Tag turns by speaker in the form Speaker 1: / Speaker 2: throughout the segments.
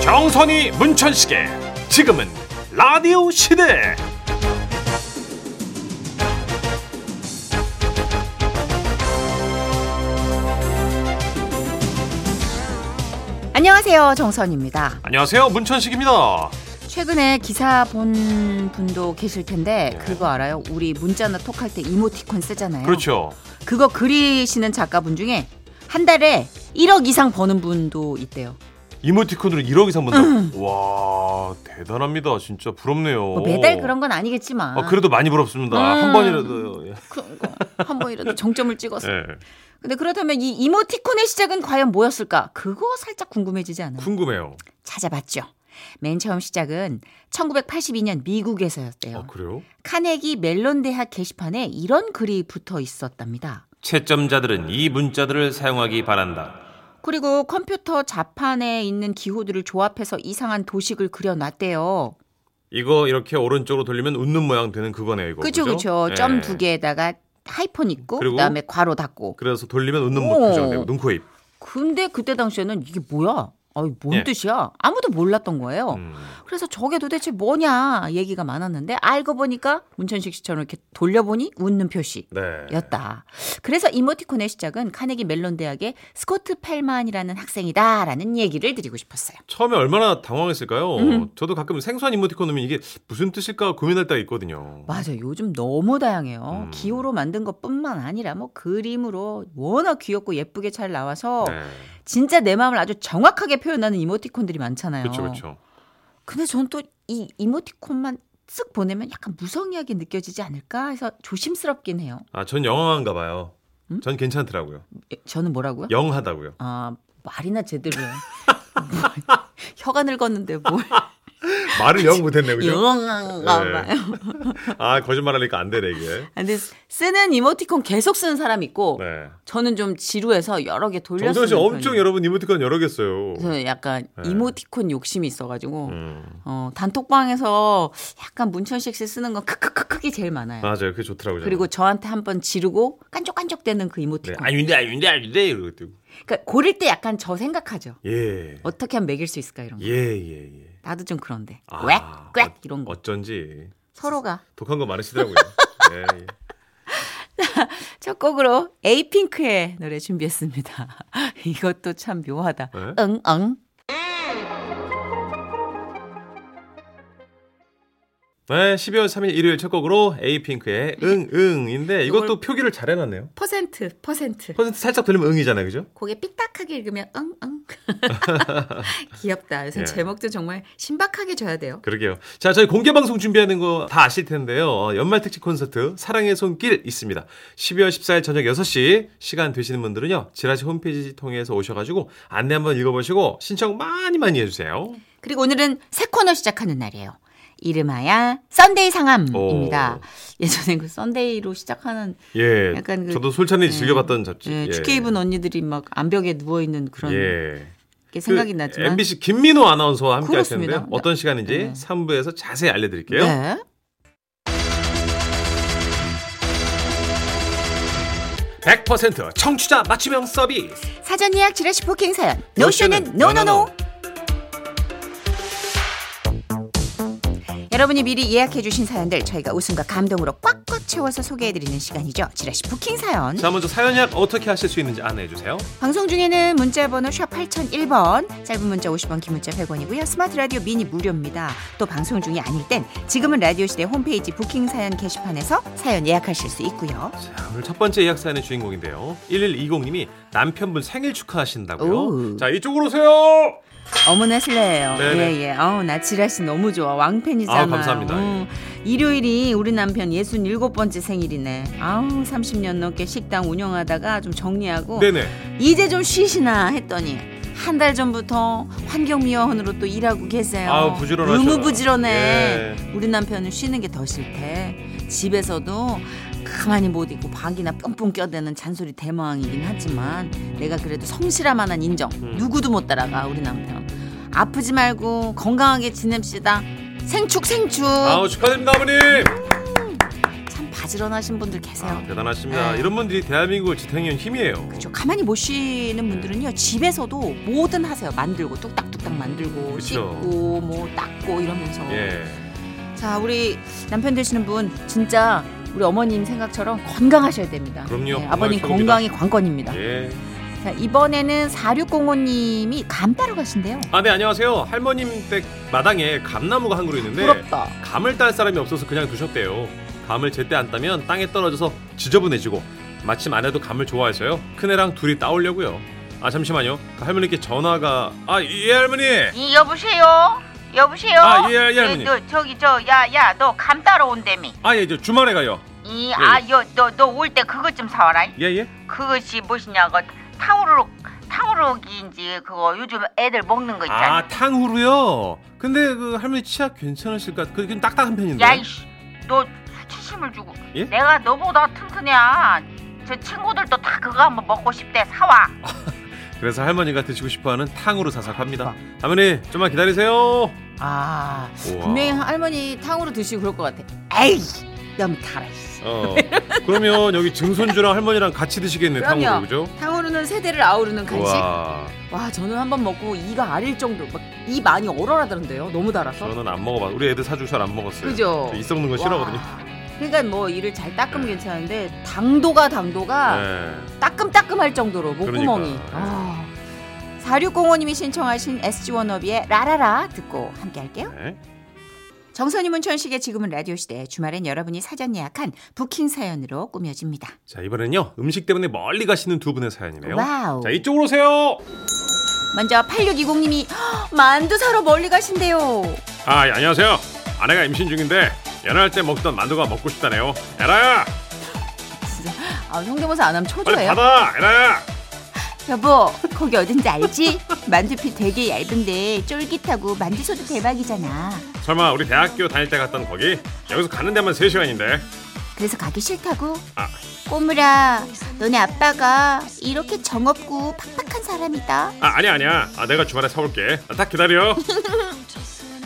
Speaker 1: 정선이 문천식의 지금은 라디오 시대
Speaker 2: 안녕하세요 정선입니다.
Speaker 1: 안녕하세요 문천식입니다
Speaker 2: 최근에 기사 본 분도 계실 텐데 그거 알아요? 우리 문자나 톡할 때 이모티콘 쓰잖아요.
Speaker 1: 네. 그렇죠
Speaker 2: 그거 그리시는 작가분 중에 한 달에 1억 이상 버는 분도 있대요.
Speaker 1: 이모티콘으로 1억 이상 번다 와 대단합니다 진짜 부럽네요
Speaker 2: 음. 뭐 매달 그런 건 아니겠지만
Speaker 1: 아, 그래도 많이 부럽습니다 한
Speaker 2: 음.
Speaker 1: 번이라도 예.
Speaker 2: 그런 거 한 번이라도 정점을 찍어서.
Speaker 1: 예.
Speaker 2: 근데 그렇다면 이 이모티콘의 시작은 과연 뭐였을까? 그거 살짝 궁금해지지 않아요?
Speaker 1: 궁금해요
Speaker 2: 찾아봤죠. 맨 처음 시작은 1982년 미국에서였대요.
Speaker 1: 아 그래요?
Speaker 2: 카네기 멜론 대학 게시판에 이런 글이 붙어 있었답니다.
Speaker 3: 채점자들은 이 문자들을 사용하기 바란다.
Speaker 2: 그리고 컴퓨터 자판에 있는 기호들을 조합해서 이상한 도식을 그려놨대요.
Speaker 1: 이거 이렇게 오른쪽으로 돌리면 웃는 모양 되는 그거네요 이거
Speaker 2: 그쵸 그쵸.
Speaker 1: 예.
Speaker 2: 점 두 개에다가 하이픈 있고
Speaker 1: 그리고?
Speaker 2: 그다음에 괄호 닫고.
Speaker 1: 그래서 돌리면 웃는
Speaker 2: 오.
Speaker 1: 표정 되고 눈코입
Speaker 2: 근데 그때 당시에는 이게 뭐야? 아이 뭔
Speaker 1: 예.
Speaker 2: 뜻이야? 아무도 몰랐던 거예요.
Speaker 1: 음.
Speaker 2: 그래서 저게 도대체 뭐냐 얘기가 많았는데 알고 보니까 문천식 씨처럼 이렇게 돌려보니 웃는 표시.
Speaker 1: 네.
Speaker 2: 였다. 그래서 이모티콘의 시작은 카네기 멜론 대학의 스코트 펠만이라는 학생이다라는 얘기를 드리고 싶었어요.
Speaker 1: 처음에 얼마나 당황했을까요? 저도 가끔 생소한 이모티콘 넣으면 이게 무슨 뜻일까 고민할 때가 있거든요.
Speaker 2: 맞아요. 요즘 너무 다양해요.
Speaker 1: 음.
Speaker 2: 기호로 만든 것뿐만 아니라 뭐 그림으로 워낙 귀엽고 예쁘게 잘 나와서
Speaker 1: 네.
Speaker 2: 진짜 내 마음을 아주 정확하게 표현하는 이모티콘들이 많잖아요.
Speaker 1: 그렇죠, 그렇죠.
Speaker 2: 근데 저는 또 이 이모티콘만 쓱 보내면 약간 무성의하게 느껴지지 않을까 해서 조심스럽긴 해요.
Speaker 1: 아, 전 영화인가 봐요. 전 괜찮더라고요.
Speaker 2: 예, 저는 음? 뭐라고요?
Speaker 1: 영하다고요.
Speaker 2: 아 말이나 제대로 해. 뭘. 혀가 늙었는데 뭘
Speaker 1: 말을 영 못했네, 아, 그죠?
Speaker 2: 영한가
Speaker 1: 예.
Speaker 2: 봐요.
Speaker 1: 아, 거짓말하니까 안 되네, 이게.
Speaker 2: 근데 쓰는 이모티콘 계속 쓰는 사람 있고
Speaker 1: 네.
Speaker 2: 저는 좀 지루해서 여러 개 돌려
Speaker 1: 정선
Speaker 2: 쓰는
Speaker 1: 씨 엄청
Speaker 2: 편이에요.
Speaker 1: 여러분 이모티콘 여러 개 써요.
Speaker 2: 그래서 약간
Speaker 1: 네.
Speaker 2: 이모티콘 욕심이 있어가지고
Speaker 1: 음.
Speaker 2: 어, 단톡방에서 약간 문천식 씨 쓰는 건 크크크크이 제일 많아요.
Speaker 1: 맞아요. 그게 좋더라고요. 저는.
Speaker 2: 그리고 저한테 한번 지르고 깐족깐족대는 그
Speaker 1: 네.
Speaker 2: 이모티콘.
Speaker 1: 아닌데, 아닌데, 아닌데. 이러고 또.
Speaker 2: 그러니까 고를 때 약간 저 생각하죠.
Speaker 1: 예.
Speaker 2: 어떻게 하면 매길 수 있을까 이런 거.
Speaker 1: 예, 예, 예.
Speaker 2: 나도 좀 그런데.
Speaker 1: 아,
Speaker 2: 꽥, 꽥
Speaker 1: 어-
Speaker 2: 이런 거.
Speaker 1: 어쩐지
Speaker 2: 서로가
Speaker 1: 독한 거 많으시더라고요. 예, 예.
Speaker 2: 첫 곡으로 에이핑크의 노래 준비했습니다. 이것도 참 묘하다.
Speaker 1: 네?
Speaker 2: 응응.
Speaker 1: 네, 12월 3일 일요일 첫 곡으로 에이핑크의 응응인데 이것도 표기를 잘 해놨네요.
Speaker 2: 퍼센트 퍼센트.
Speaker 1: 퍼센트 살짝 돌리면 응이잖아요, 그죠?
Speaker 2: 고개 삑딱하게 읽으면 응응. 귀엽다. 요새
Speaker 1: 예.
Speaker 2: 제목도 정말 신박하게 줘야 돼요.
Speaker 1: 그러게요. 자, 저희 공개 방송 준비하는 거 다 아실 텐데요. 어, 연말 특집 콘서트 사랑의 손길 있습니다. 12월 14일 저녁 6시 시간 되시는 분들은요. 지라시 홈페이지 통해서 오셔가지고 안내 한번 읽어보시고 신청 많이 많이 해주세요.
Speaker 2: 그리고 오늘은 새 코너 시작하는 날이에요. 이름하야 썬데이 상암입니다.
Speaker 1: 오.
Speaker 2: 예전에 그 썬데이로 시작하는
Speaker 1: 예,
Speaker 2: 약간 그-
Speaker 1: 저도 솔찬히
Speaker 2: 예.
Speaker 1: 즐겨봤던 잡지.
Speaker 2: 예, 축제 입은 언니들이 막 암벽에 누워 있는 그런
Speaker 1: 예.
Speaker 2: 게
Speaker 1: 그
Speaker 2: 생각이 나지만
Speaker 1: MBC 김민호 아나운서와 함께 할 텐데
Speaker 2: 그렇습니다.
Speaker 1: 요 어떤 시간인지
Speaker 2: 네.
Speaker 1: 3부에서 자세히 알려드릴게요.
Speaker 2: 네.
Speaker 1: 100% 청취자 맞춤형 서비스.
Speaker 2: 사전 예약 지라시 포킹 사연 노쇼는 노노노 여러분이 미리 예약해 주신 사연들 저희가 웃음과 감동으로 꽉꽉 채워서 소개해 드리는 시간이죠. 지라시 포킹 사연.
Speaker 1: 자, 먼저 사연 예약 어떻게 하실 수 있는지 안내해 주세요.
Speaker 2: 방송 중에는 문자 번호 샵 8001번, 짧은 문자 50원, 긴 문자 100원이고요. 스마트 라디오 미니 무료입니다. 또 방송 중이 아닐 땐 지금은 라디오 시대 홈페이지 부킹 사연 게시판에서 사연 예약하실 수 있고요.
Speaker 1: 자, 오늘 첫 번째 예약 사연의 주인공인데요. 1120님이 남편분 생일 축하하신다고요.
Speaker 2: 오.
Speaker 1: 자, 이쪽으로 오세요.
Speaker 2: 어머나 실례예요.
Speaker 1: 네네.
Speaker 2: 예, 예. 아우, 나 지라씨 너무 좋아. 왕팬이잖아요.
Speaker 1: 아우, 감사합니다. 예.
Speaker 2: 음, 일요일이 우리 남편 67번째 생일이네. 아우, 30년 넘게 식당 운영하다가 좀 정리하고
Speaker 1: 네네.
Speaker 2: 이제 좀 쉬시나 했더니 한 달 전부터 환경미화원으로 또 일하고 계세요.
Speaker 1: 아우, 부지런하셔라.
Speaker 2: 너무 부지런해.
Speaker 1: 예.
Speaker 2: 우리 남편은 쉬는 게 더 싫대. 집에서도 가만히 못 있고 박이나 뿜뿜 껴대는 잔소리 대마왕이긴 하지만 내가 그래도 성실함만한 인정
Speaker 1: 음.
Speaker 2: 누구도 못 따라가 우리 남편. 아프지 말고 건강하게 지냅시다. 생축 생축.
Speaker 1: 아우, 축하드립니다, 아버님.
Speaker 2: 참 가지런하신 분들 계세요.
Speaker 1: 아, 대단하십니다.
Speaker 2: 네.
Speaker 1: 이런 분들이 대한민국을 지탱해온 힘이에요.
Speaker 2: 그렇죠. 가만히 못 쉬는 분들은요
Speaker 1: 네.
Speaker 2: 집에서도 뭐든 하세요. 만들고 뚝딱뚝딱 만들고
Speaker 1: 그쵸.
Speaker 2: 씻고 뭐 닦고 이러면서.
Speaker 1: 그렇죠. 예.
Speaker 2: 자 우리 남편 되시는 분 진짜 우리 어머님 생각처럼 건강하셔야 됩니다. 네,
Speaker 1: 그럼요. 건강이
Speaker 2: 아버님
Speaker 1: 최고입니다.
Speaker 2: 건강이 관건입니다.
Speaker 1: 예.
Speaker 2: 자 이번에는 4605님이 감따러 가신대요.
Speaker 1: 아, 네, 안녕하세요. 할머님 댁 마당에 감나무가 한 그루 있는데
Speaker 2: 부럽다.
Speaker 1: 감을 딸 사람이 없어서 그냥 두셨대요. 감을 제때 안 따면 땅에 떨어져서 지저분해지고 마침 아내도 감을 좋아해서요. 큰애랑 둘이 따오려고요. 아 잠시만요. 그 할머니께 전화가 아 예 할머니.
Speaker 4: 이 여보세요? 여보세요?
Speaker 1: 아, 예, 예, 할머니.
Speaker 4: 너, 저기 저 야 야 너 감 따러 온다며.
Speaker 1: 아예 저 주말에 가요.
Speaker 4: 이 아 네. 여 너 너 올 때 그것 좀 사와라.
Speaker 1: 예 예.
Speaker 4: 그것이 무엇이냐고 탕후루룩 탕후루룩인지 그거 요즘 애들 먹는 거 있잖아.
Speaker 1: 아 탕후루요. 근데 그 할머니 치아 괜찮으실까? 그 지금 딱딱한 편인데.
Speaker 4: 야이씨 너 수치심을 주고
Speaker 1: 예?
Speaker 4: 내가 너보다 튼튼해야 저 친구들도 다 그거 한번 먹고 싶대 사와.
Speaker 1: 그래서 할머니가 드시고 싶어하는 탕후루 사삭합니다.
Speaker 4: 아.
Speaker 1: 할머니 좀만 기다리세요.
Speaker 2: 아
Speaker 1: 우와.
Speaker 2: 분명히
Speaker 4: 네.
Speaker 2: 할머니 탕으로 드시고 그럴 것 같아. 에이 너무 달아. 씨.
Speaker 1: 어. 그러면 여기 증손주랑 할머니랑 같이 드시겠네
Speaker 2: 그럼요.
Speaker 1: 탕후루 그죠?
Speaker 2: 탕후루는 세대를 아우르는 간식. 어?
Speaker 1: 와
Speaker 2: 와 저는 한 번 먹고 이가 아릴 정도 막 이 많이 얼얼하던데요. 너무 달아서.
Speaker 1: 저는 안 먹어봤. 우리 애들 사주 잘 안 먹었어요.
Speaker 2: 그죠?
Speaker 1: 저이 썩는 거
Speaker 2: 와.
Speaker 1: 싫어하거든요.
Speaker 2: 그러니까 뭐 이를 잘 닦으면
Speaker 1: 네.
Speaker 2: 괜찮은데 당도가 당도가
Speaker 1: 네.
Speaker 2: 따끔따끔할 정도로 목구멍이.
Speaker 1: 그러니까, 네.
Speaker 2: 아. 4605님이 신청하신 SG 워너비의 라라라 듣고 함께 할게요.
Speaker 1: 네.
Speaker 2: 정선이 문천식의 지금은 라디오 시대 주말엔 여러분이 사전 예약한 부킹 사연으로 꾸며집니다.
Speaker 1: 자 이번엔요 음식 때문에 멀리 가시는 두 분의 사연이네요.
Speaker 2: 와우.
Speaker 1: 자 이쪽으로 오세요.
Speaker 2: 먼저 8620님이 만두 사러 멀리 가신대요.
Speaker 1: 아 예, 안녕하세요. 아내가 임신 중인데 연애할 때 먹던 만두가 먹고 싶다네요. 에라야
Speaker 2: 진짜 아, 성대모사 안 하면
Speaker 1: 빨리
Speaker 2: 초조해요.
Speaker 1: 받아. 에라야.
Speaker 2: 여보 거기 어딘지 알지? 만두피 되게 얇은데 쫄깃하고 만두소도 대박이잖아.
Speaker 1: 설마 우리 대학교 다닐 때 갔던 거기 여기서 가는 데만 3 시간인데.
Speaker 2: 그래서 가기 싫다고?
Speaker 1: 아.
Speaker 2: 꼬물아 너네 아빠가 이렇게 정없고 팍팍한 사람이다.
Speaker 1: 아 아니야 아니야. 아 내가 주말에 사올게. 아, 딱 기다려.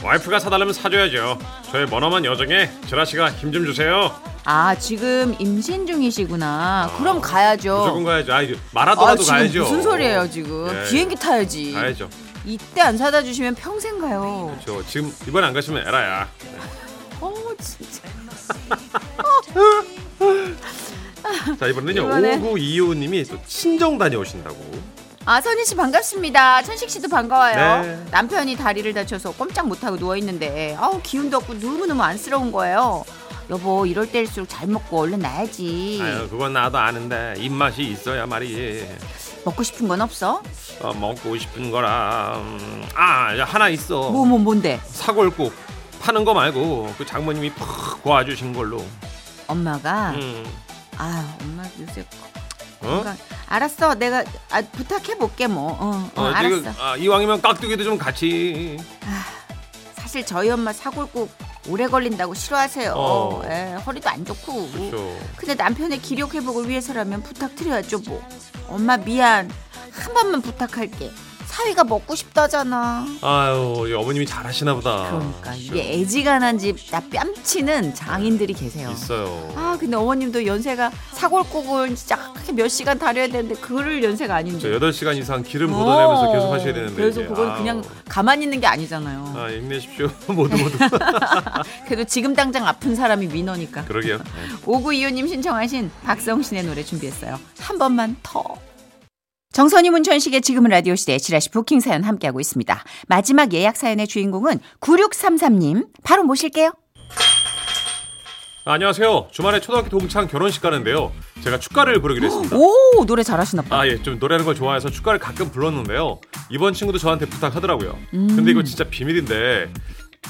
Speaker 1: 와이프가 사달라면 사줘야죠. 저의 머나먼 여정에 지라 씨가 힘 좀 주세요.
Speaker 2: 아 지금 임신 중이시구나. 그럼
Speaker 1: 아. 무조건
Speaker 2: 가야죠.
Speaker 1: 가야죠. 아 이거 마라도라도
Speaker 2: 지금
Speaker 1: 가야죠.
Speaker 2: 무슨 소리예요 지금?
Speaker 1: 예.
Speaker 2: 비행기 타야지.
Speaker 1: 가야죠.
Speaker 2: 이때 안 사다 주시면 평생 가요.
Speaker 1: 저 지금 이번에 안 가시면 에라야. 그렇죠.
Speaker 2: 어 진짜.
Speaker 1: 자 이번에는요
Speaker 2: 이번에.
Speaker 1: 5925님이 또 친정 다녀오신다고
Speaker 2: 아 선희 씨 반갑습니다. 천식 씨도 반가워요.
Speaker 1: 네.
Speaker 2: 남편이 다리를 다쳐서 꼼짝 못하고 누워 있는데 아우 기운도 없고 너무 너무 안쓰러운 거예요. 여보 이럴 때일수록 잘 먹고 얼른 나야지.
Speaker 1: 아유 그건 나도 아는데 입맛이 있어야 말이
Speaker 2: 먹고 싶은 건 없어?
Speaker 1: 어, 먹고 싶은 거라 음, 아 이제 하나 있어
Speaker 2: 뭐 뭐 뭔데?
Speaker 1: 사골국 파는 거 말고 그 장모님이 푹 구워주신 걸로
Speaker 2: 엄마가
Speaker 1: 음.
Speaker 2: 아 엄마 요새
Speaker 1: 어?
Speaker 2: 건강 알았어 내가 아, 부탁해 볼게 뭐. 어, 어,
Speaker 1: 어,
Speaker 2: 알았어.
Speaker 1: 지금, 아, 이왕이면 깍두기도 좀 같이
Speaker 2: 사실 저희 엄마 사골국 오래 걸린다고 싫어하세요.
Speaker 1: 어.
Speaker 2: 예, 허리도 안 좋고.
Speaker 1: 그렇죠
Speaker 2: 근데 남편의 기력 회복을 위해서라면 부탁드려야죠 뭐. 엄마 미안. 한 번만 부탁할게. 사위가 먹고 싶다잖아.
Speaker 1: 아유 우리 어머님이 잘하시나 보다
Speaker 2: 그러니까 이게
Speaker 1: 그렇죠.
Speaker 2: 애지간한 집 다 뺨치는 장인들이 계세요.
Speaker 1: 있어요
Speaker 2: 아 근데 어머님도 연세가 사골국을 진짜 몇 시간 다려야 되는데 그를 연세가
Speaker 1: 저
Speaker 2: 아닌데.
Speaker 1: 8시간 이상 기름 묻어내면서
Speaker 2: 어.
Speaker 1: 계속 하셔야 되는데
Speaker 2: 그래서
Speaker 1: 이게.
Speaker 2: 그건
Speaker 1: 아우.
Speaker 2: 그냥 가만히 있는 게 아니잖아요.
Speaker 1: 아 힘내십시오 모두 모두
Speaker 2: 그래도 지금 당장 아픈 사람이 위너니까.
Speaker 1: 그러게요 네.
Speaker 2: 오구이호님 신청하신 박성신의 노래 준비했어요. 한 번만 더. 정선희 문천식의 지금은 라디오 시대 지라시 부킹 사연 함께하고 있습니다. 마지막 예약 사연의 주인공은 9633님 바로 모실게요.
Speaker 1: 아, 안녕하세요. 주말에 초등학교 동창 결혼식 가는데요. 제가 축가를 부르기로 했습니다.
Speaker 2: 오 노래 잘하시나 봐.
Speaker 1: 아, 예, 좀 노래하는 걸 좋아해서 축가를 가끔 불렀는데요. 이번 친구도 저한테 부탁하더라고요. 근데
Speaker 2: 음.
Speaker 1: 이거 진짜 비밀인데,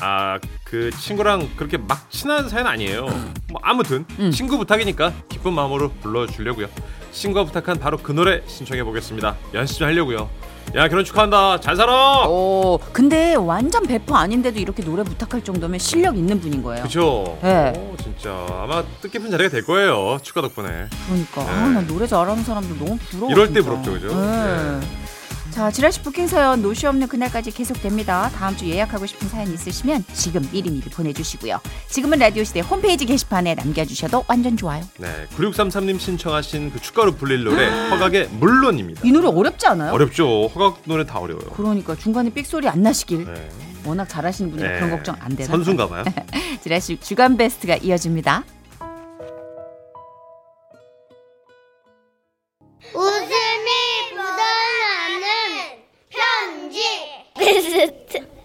Speaker 1: 아, 그 친구랑 그렇게 막 친한 사연 아니에요. 뭐, 아무튼,
Speaker 2: 음.
Speaker 1: 친구 부탁이니까 기쁜 마음으로 불러주려고요. 친구가 부탁한 바로 그 노래 신청해보겠습니다. 연습 좀 하려고요. 야, 결혼 축하한다. 잘 살아!
Speaker 2: 오 어, 근데 완전 배포 아닌데도 이렇게 노래 부탁할 정도면 실력 있는 분인 거예요.
Speaker 1: 그쵸?
Speaker 2: 네.
Speaker 1: 오, 진짜. 아마 뜻깊은 자리가 될 거예요. 축가 덕분에.
Speaker 2: 그러니까
Speaker 1: 네.
Speaker 2: 아, 나 노래 잘하는 사람들 너무 부러워.
Speaker 1: 이럴 때
Speaker 2: 진짜.
Speaker 1: 부럽죠, 그죠?
Speaker 2: 네. 자, 지라시 부킹 사연 노쇼 없는 그날까지 계속됩니다. 다음 주 예약하고 싶은 사연 있으시면 지금 미리미리 보내주시고요. 지금은 라디오 시대 홈페이지 게시판에 남겨주셔도 완전 좋아요.
Speaker 5: 네, 9633님 신청하신 그 축가로 불릴 노래 허각의 물론입니다.
Speaker 6: 아! 이 노래 어렵지 않아요?
Speaker 5: 어렵죠. 허각 노래 다 어려워요.
Speaker 6: 그러니까 중간에 삑소리 안 나시길.
Speaker 5: 네.
Speaker 6: 워낙 잘하시는
Speaker 1: 네.
Speaker 6: 분이라 그런 걱정 안 되나? 네.
Speaker 5: 선수인가 봐요.
Speaker 2: 지라시 주간 베스트가 이어집니다.
Speaker 7: 웃음이 묻어나는 편지.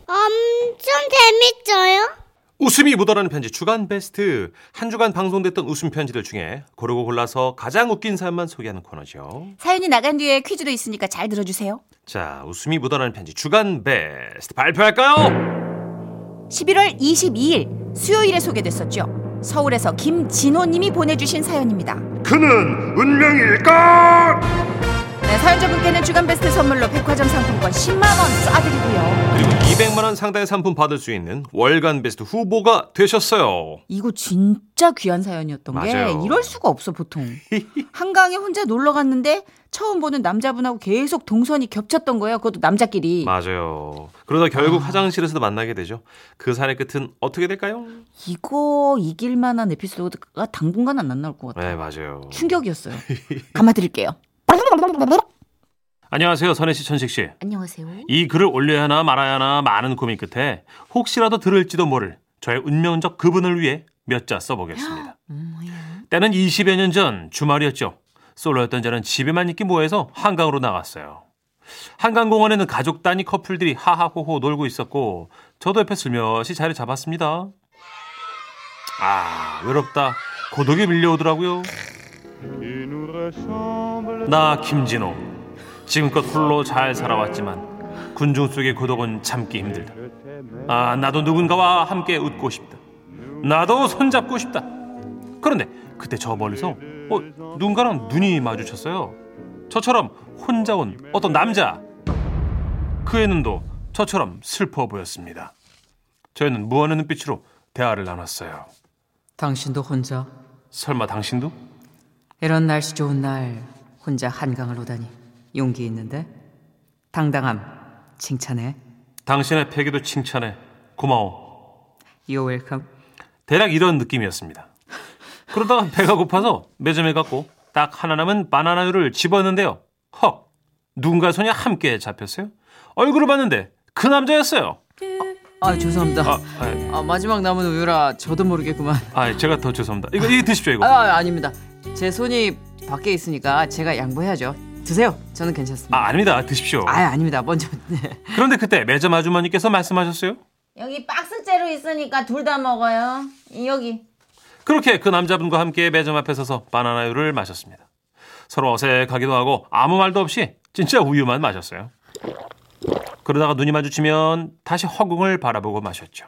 Speaker 7: 엄청 재밌어요?
Speaker 5: 웃음이 묻어나는 편지 주간 베스트 한 주간 방송됐던 웃음 편지들 중에 고르고 골라서 가장 웃긴 사연만 소개하는 코너죠.
Speaker 2: 사연이 나간 뒤에 퀴즈도 있으니까 잘 들어주세요.
Speaker 5: 자, 웃음이 묻어나는 편지 주간 베스트 발표할까요?
Speaker 2: 11월 22일 수요일에 소개됐었죠. 서울에서 김진호님이 보내주신 사연입니다.
Speaker 8: 그는 운명일까?
Speaker 2: 네, 사연자분께는 주간 베스트 선물로 백화점 상품권 10만 원 쏴드리고요.
Speaker 5: 그리고 200만 원 상당의 상품 받을 수 있는 월간 베스트 후보가 되셨어요.
Speaker 6: 이거 진짜 귀한 사연이었던
Speaker 5: 맞아요.
Speaker 6: 게 이럴 수가 없어 보통. 한강에 혼자 놀러 갔는데 처음 보는 남자분하고 계속 동선이 겹쳤던 거예요. 그것도 남자끼리.
Speaker 5: 맞아요. 그러다 결국 화장실에서도 만나게 되죠. 그 산의 끝은 어떻게 될까요?
Speaker 6: 이거 이길 만한 에피소드가 당분간 안 나올 것 같아요.
Speaker 5: 네, 맞아요.
Speaker 6: 충격이었어요. 감아드릴게요.
Speaker 1: 안녕하세요, 선혜 씨, 천식 씨.
Speaker 6: 안녕하세요.
Speaker 1: 이 글을 올려야 하나 말아야 하나 많은 고민 끝에 혹시라도 들을지도 모를 저의 운명적 그분을 위해 몇 자 써보겠습니다.
Speaker 6: 음,
Speaker 1: 때는 20여 년 전 주말이었죠. 솔로였던 저는 집에만 있기 뭐해서 한강으로 나갔어요. 한강공원에는 가족 단위 커플들이 하하호호 놀고 있었고 저도 옆에 슬며시 자리 잡았습니다. 아 외롭다. 고독이 밀려오더라고요. 나 김진호. 지금껏 홀로 잘 살아왔지만 군중 속의 고독은 참기 힘들다. 아 나도 누군가와 함께 웃고 싶다. 나도 손잡고 싶다. 그런데 그때 저 멀리서 어, 누군가랑 눈이 마주쳤어요. 저처럼 혼자 온 어떤 남자. 그의 눈도 저처럼 슬퍼 보였습니다. 저희는 무언의 눈빛으로 대화를 나눴어요.
Speaker 9: 당신도 혼자
Speaker 1: 설마 당신도?
Speaker 9: 이런 날씨 좋은 날 혼자 한강을 오다니 용기 있는데 당당함 칭찬해
Speaker 1: 당신의 패기도 칭찬해. 고마워.
Speaker 9: 요 웰컴
Speaker 1: 대략 이런 느낌이었습니다. 그러다가 배가 고파서 매점에 갔고 딱 하나 남은 바나나유를 집었는데요. 헉! 누군가 손이 함께 잡혔어요. 얼굴을 봤는데 그 남자였어요.
Speaker 9: 아 죄송합니다
Speaker 1: 아,
Speaker 9: 아,
Speaker 1: 아,
Speaker 9: 마지막 남은 우유라 저도 모르겠구만
Speaker 1: 아, 제가 더 죄송합니다. 이거, 이거 드십시오,
Speaker 9: 아,
Speaker 1: 이거.
Speaker 9: 아 아닙니다 제 손이 밖에 있으니까 제가 양보해야죠 드세요 저는 괜찮습니다
Speaker 1: 아, 아닙니다. 드십시오.
Speaker 9: 아 아닙니다 먼저 네.
Speaker 1: 그런데 그때 매점 아주머니께서 말씀하셨어요.
Speaker 6: 여기 박스째로 있으니까 둘 다 먹어요. 여기.
Speaker 1: 그렇게 그 남자분과 함께 매점 앞에 서서 바나나유를 마셨습니다. 서로 어색하기도 하고 아무 말도 없이 진짜 우유만 마셨어요. 그러다가 눈이 마주치면 다시 허공을 바라보고 마셨죠.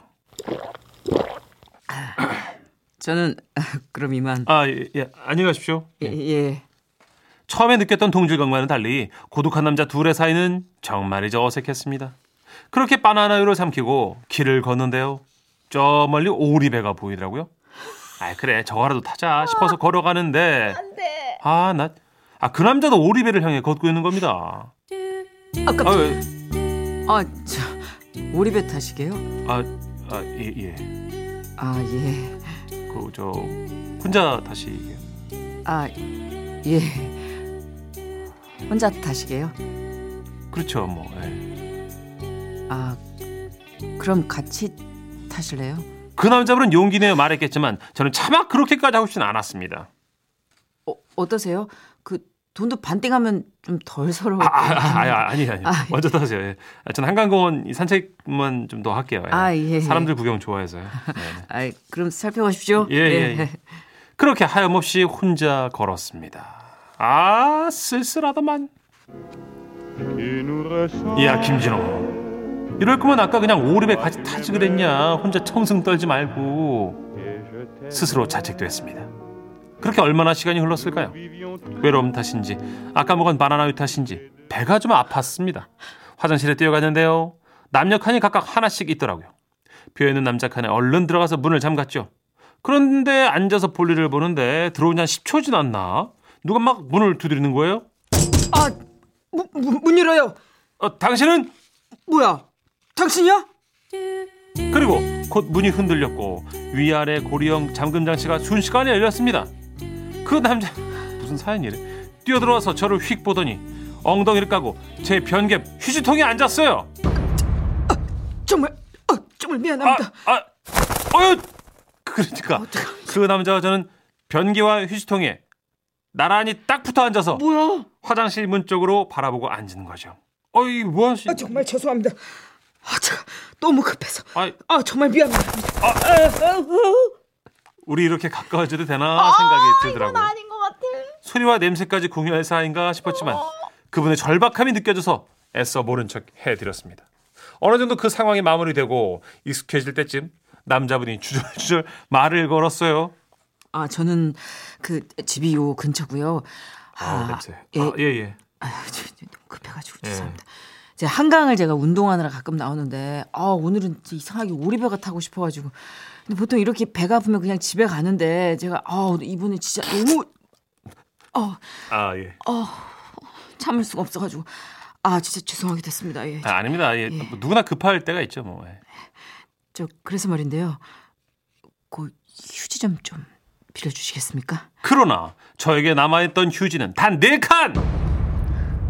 Speaker 9: 저는 그럼 이만
Speaker 1: 아, 예, 예, 안녕히 가십시오.
Speaker 9: 예, 예.
Speaker 1: 처음에 느꼈던 동질감과는 달리 고독한 남자 둘의 사이는 정말이죠 어색했습니다. 그렇게 바나나유를 삼키고 길을 걷는데요. 저 멀리 오리배가 보이더라고요. 아 그래 저거라도 타자 싶어서 걸어가는데 아 나 아 그 남자도 오리배를 향해 걷고 있는 겁니다.
Speaker 9: 아까 그
Speaker 1: 아 예
Speaker 9: 아저 오리배 타시게요
Speaker 1: 아, 예, 예.
Speaker 9: 아예
Speaker 1: 그 저 혼자 다시
Speaker 9: 아, 예. 혼자 타시게요?
Speaker 1: 그렇죠 뭐 예.
Speaker 9: 아, 그럼 같이 타실래요?
Speaker 1: 그 남자분은 용기 내어 말했겠지만 저는 차마 그렇게까지 하고 싶진 않았습니다.
Speaker 9: 어, 어떠세요? 그 돈도 반띵하면 좀 덜 서러워.
Speaker 1: 아, 아, 아, 아, 아니, 아니.
Speaker 9: 아,
Speaker 1: 먼저 타세요. 예. 아, 전 한강공원 이 산책만 좀 더 할게요. 예.
Speaker 9: 아, 예, 예.
Speaker 1: 사람들 구경 좋아해서요. 네.
Speaker 9: 아이, 그럼 살펴가십시오.
Speaker 1: 예, 예, 예. 그렇게 하염없이 혼자 걸었습니다. 아, 쓸쓸하더만. 야, 김진호. 이럴 거면 아까 그냥 오리배 같이 타지 그랬냐. 혼자 청승 떨지 말고. 스스로 자책도 했습니다. 그렇게 얼마나 시간이 흘렀을까요? 외로움 탓인지 아까 먹은 바나나유 탓인지 배가 좀 아팠습니다. 화장실에 뛰어갔는데요. 남녀 칸이 각각 하나씩 있더라고요. 비어있는 남자 칸에 얼른 들어가서 문을 잠갔죠. 그런데 앉아서 볼일을 보는데 들어온 지 한 10초 지났나? 누가 막 문을 두드리는 거예요?
Speaker 9: 문, 문, 문 열어요.
Speaker 3: 어, 당신은
Speaker 9: 뭐야? 당신이야?
Speaker 3: 그리고 곧 문이 흔들렸고 위아래 고리형 잠금 장치가 순식간에 열렸습니다. 그 남자 무슨 사연이래? 뛰어들어와서 저를 휙 보더니 엉덩이를 까고 제 변개 휴지통에 앉았어요.
Speaker 9: 정말 어, 정말
Speaker 3: 아,
Speaker 9: 미안합니다.
Speaker 3: 아, 어유, 그러니까 그 남자와 저는 변기와 휴지통에 나란히 딱 붙어 앉아서
Speaker 9: 뭐야?
Speaker 3: 화장실 문 쪽으로 바라보고 앉은 거죠. 어이 뭐 하시?
Speaker 9: 아, 정말 죄송합니다. 아, 제가 너무 급해서.
Speaker 3: 아이.
Speaker 9: 아, 정말 미안합니다.
Speaker 3: 우리 이렇게 가까워져도 되나 생각이 들더라고요.
Speaker 7: 아닌 것 같아.
Speaker 3: 소리와 냄새까지 공유할 사이인가 싶었지만 그분의 절박함이 느껴져서 애써 모른 척 해드렸습니다. 어느 정도 그 상황이 마무리되고 익숙해질 때쯤 남자분이 주절주절 말을 걸었어요.
Speaker 9: 아, 저는 그 집이 요 근처고요. 아,
Speaker 3: 아, 냄새.
Speaker 9: 예.
Speaker 3: 아, 예, 예.
Speaker 9: 아유, 저, 저, 너무 급해가지고 죄송합니다. 제 한강을 제가 운동하느라 가끔 나오는데 아 오늘은 진짜 이상하게 오리배가 타고 싶어가지고 근데 보통 이렇게 배가 아프면 그냥 집에 가는데 제가 아 이번에 진짜 너무
Speaker 3: 아, 예.
Speaker 9: 참을 수가 없어가지고 아 진짜 죄송하게 됐습니다. 예.
Speaker 3: 아, 아닙니다. 예. 뭐 누구나 급할 때가 있죠, 뭐. 예.
Speaker 9: 저 그래서 말인데요. 그 휴지 좀 좀 빌려주시겠습니까?
Speaker 3: 그러나 저에게 남아있던 휴지는 단 네 칸!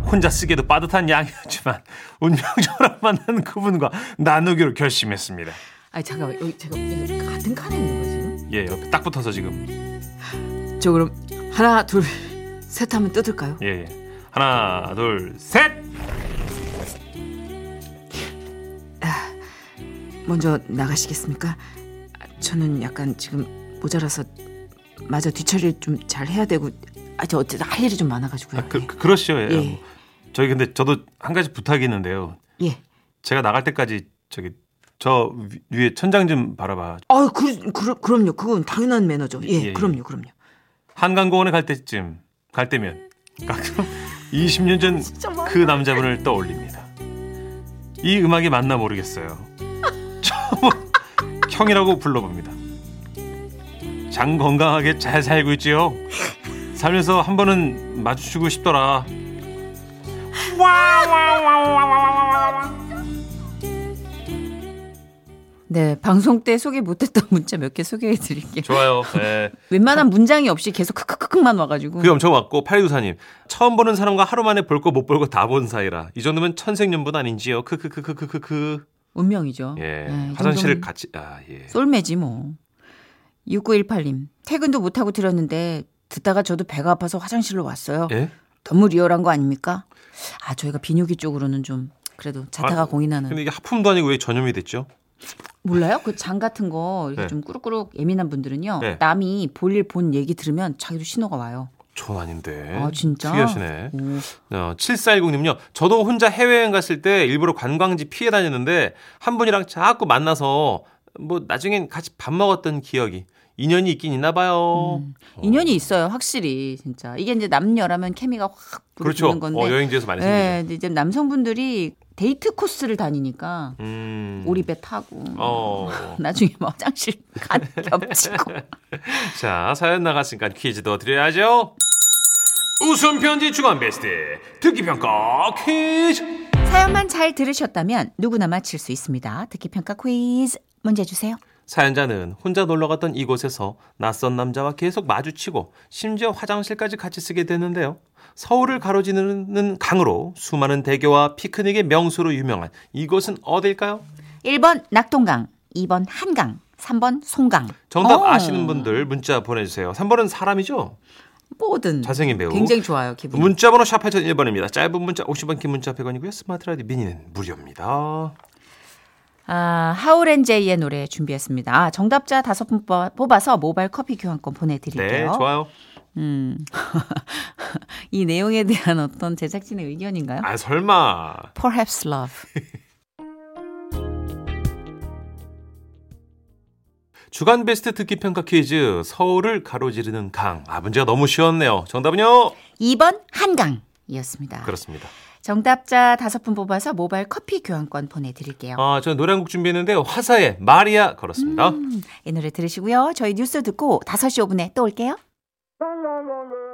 Speaker 3: 혼자 쓰기에도 빠듯한 양이었지만 운명적으로 만난 그분과 나누기로 결심했습니다.
Speaker 9: 아니 잠깐만 여기 제가 이거 같은 칸에 있는 거예요 지금?
Speaker 3: 예, 옆에 딱 붙어서 지금.
Speaker 9: 저 그럼 하나 둘 셋 하면 뜯을까요?
Speaker 3: 예, 예. 하나, 둘, 셋!
Speaker 9: 먼저 나가시겠습니까? 아, 저는 약간 지금 모자라서 마저 뒤처리를 좀 잘 해야 되고 아저 어쨌든 할 일이 좀 많아가지고요.
Speaker 3: 아, 그, 그, 러시죠 예.
Speaker 9: 예.
Speaker 3: 뭐. 저희 근데 저도 한 가지 부탁이 있는데요.
Speaker 9: 예. 예.
Speaker 3: 제가 나갈 때까지 저기 저 위- 위에 천장 좀 바라봐.
Speaker 9: 아, 그, 그, 그럼요. 그건 당연한 매너죠. 예,
Speaker 3: 예, 예.
Speaker 9: 그럼요, 그럼요.
Speaker 3: 한강공원에 갈 때쯤 갈 때면 가끔 20년 전 그 남자분을 떠올립니다. 이 음악이 맞나 모르겠어요. 처음 형이라고 불러봅니다. 장 건강하게 잘 살고 있지요. 살면서 한 번은 마주치고 싶더라.
Speaker 2: 네, 방송 때 소개 못했던 문자 몇 개 소개해 드릴게요.
Speaker 3: 좋아요. 네.
Speaker 2: 웬만한 문장이 없이 계속 크크크크만 와가지고.
Speaker 1: 그게 엄청 왔고 팔유사님 처음 보는 사람과 하루 만에 볼 거 못 볼 거 다 본 사이라 이 정도면 천생연분 아닌지요 크크크크크크크
Speaker 2: 운명이죠.
Speaker 1: 예
Speaker 2: 네, 이
Speaker 1: 화장실을
Speaker 2: 정도면
Speaker 1: 같이 아예
Speaker 2: 쏠매지 뭐. 6918님, 퇴근도 못하고 들었는데 듣다가 저도 배가 아파서 화장실로 왔어요.
Speaker 1: 예?
Speaker 2: 너무 리얼한 거 아닙니까? 아, 저희가 비뇨기 쪽으로는 좀 그래도 자타가
Speaker 1: 아,
Speaker 2: 공인하는.
Speaker 1: 근데 이게 하품도 아니고 왜 전염이 됐죠?
Speaker 2: 몰라요? 그 장 같은 거 이렇게
Speaker 1: 네.
Speaker 2: 좀 꾸룩꾸룩 예민한 분들은요.
Speaker 1: 네.
Speaker 2: 남이 볼일 본 얘기 들으면 자기도 신호가 와요.
Speaker 1: 전 아닌데.
Speaker 2: 아, 진짜?
Speaker 1: 특이하시네.
Speaker 2: 오.
Speaker 1: 어, 7410님요. 저도 혼자 해외여행 갔을 때 일부러 관광지 피해 다녔는데 한 분이랑 자꾸 만나서 뭐 나중엔 같이 밥 먹었던 기억이 인연이 있긴 있나 봐요.
Speaker 2: 음, 인연이 있어요, 확실히 진짜. 이게 이제 남녀라면 케미가 확
Speaker 1: 그렇죠.
Speaker 2: 부르는 건데.
Speaker 1: 어, 여행지에서 많이 생기죠.
Speaker 2: 네, 근데 이제 남성분들이 데이트 코스를 다니니까
Speaker 1: 음.
Speaker 2: 오리배 타고
Speaker 1: 어.
Speaker 2: 나중에 뭐 화장실 간 겹치고
Speaker 1: 자, 사연 나갔으니까 퀴즈 더 드려야죠. 웃음 편지 주간 베스트 듣기 평가 퀴즈.
Speaker 2: 사연만 잘 들으셨다면 누구나 맞힐 수 있습니다. 듣기 평가 퀴즈 문제 주세요.
Speaker 1: 사연자는 혼자 놀러 갔던 이곳에서 낯선 남자와 계속 마주치고 심지어 화장실까지 같이 쓰게 됐는데요. 서울을 가로지르는 강으로 수많은 대교와 피크닉의 명소로 유명한 이곳은 어딜까요?
Speaker 2: 1번 낙동강, 2번 한강, 3번 송강.
Speaker 1: 정답
Speaker 2: 어.
Speaker 1: 아시는 분들 문자 보내주세요. 3번은 사람이죠?
Speaker 2: 뭐든
Speaker 1: 자생인 배우.
Speaker 2: 굉장히 좋아요, 기분.
Speaker 1: 문자 번호 샵 8001번입니다. 짧은 문자 50원, 긴 문자 100원이고요. 스마트 라디오 미니는 무료입니다.
Speaker 2: 아, 하울앤제이의 노래 준비했습니다. 아, 정답자 다섯 분 뽑아- 뽑아서 모바일 커피 교환권 보내드릴게요.
Speaker 1: 네, 좋아요.
Speaker 2: 음. 이 내용에 대한 어떤 제작진의 의견인가요?
Speaker 1: 아, 설마.
Speaker 2: Perhaps Love.
Speaker 1: 주간 베스트 듣기 평가 퀴즈. 서울을 가로지르는 강. 아, 문제가 너무 쉬웠네요. 정답은요?
Speaker 2: 2번 한강이었습니다.
Speaker 1: 그렇습니다.
Speaker 2: 정답자 다섯 분 뽑아서 모바일 커피 교환권 보내드릴게요.
Speaker 1: 아, 저는 노래 한 곡 준비했는데요. 화사의 마리아
Speaker 2: 음,
Speaker 1: 걸었습니다.
Speaker 2: 이 노래 들으시고요. 저희 뉴스 듣고 5시 5분에 또 올게요.
Speaker 8: 랄랄랄라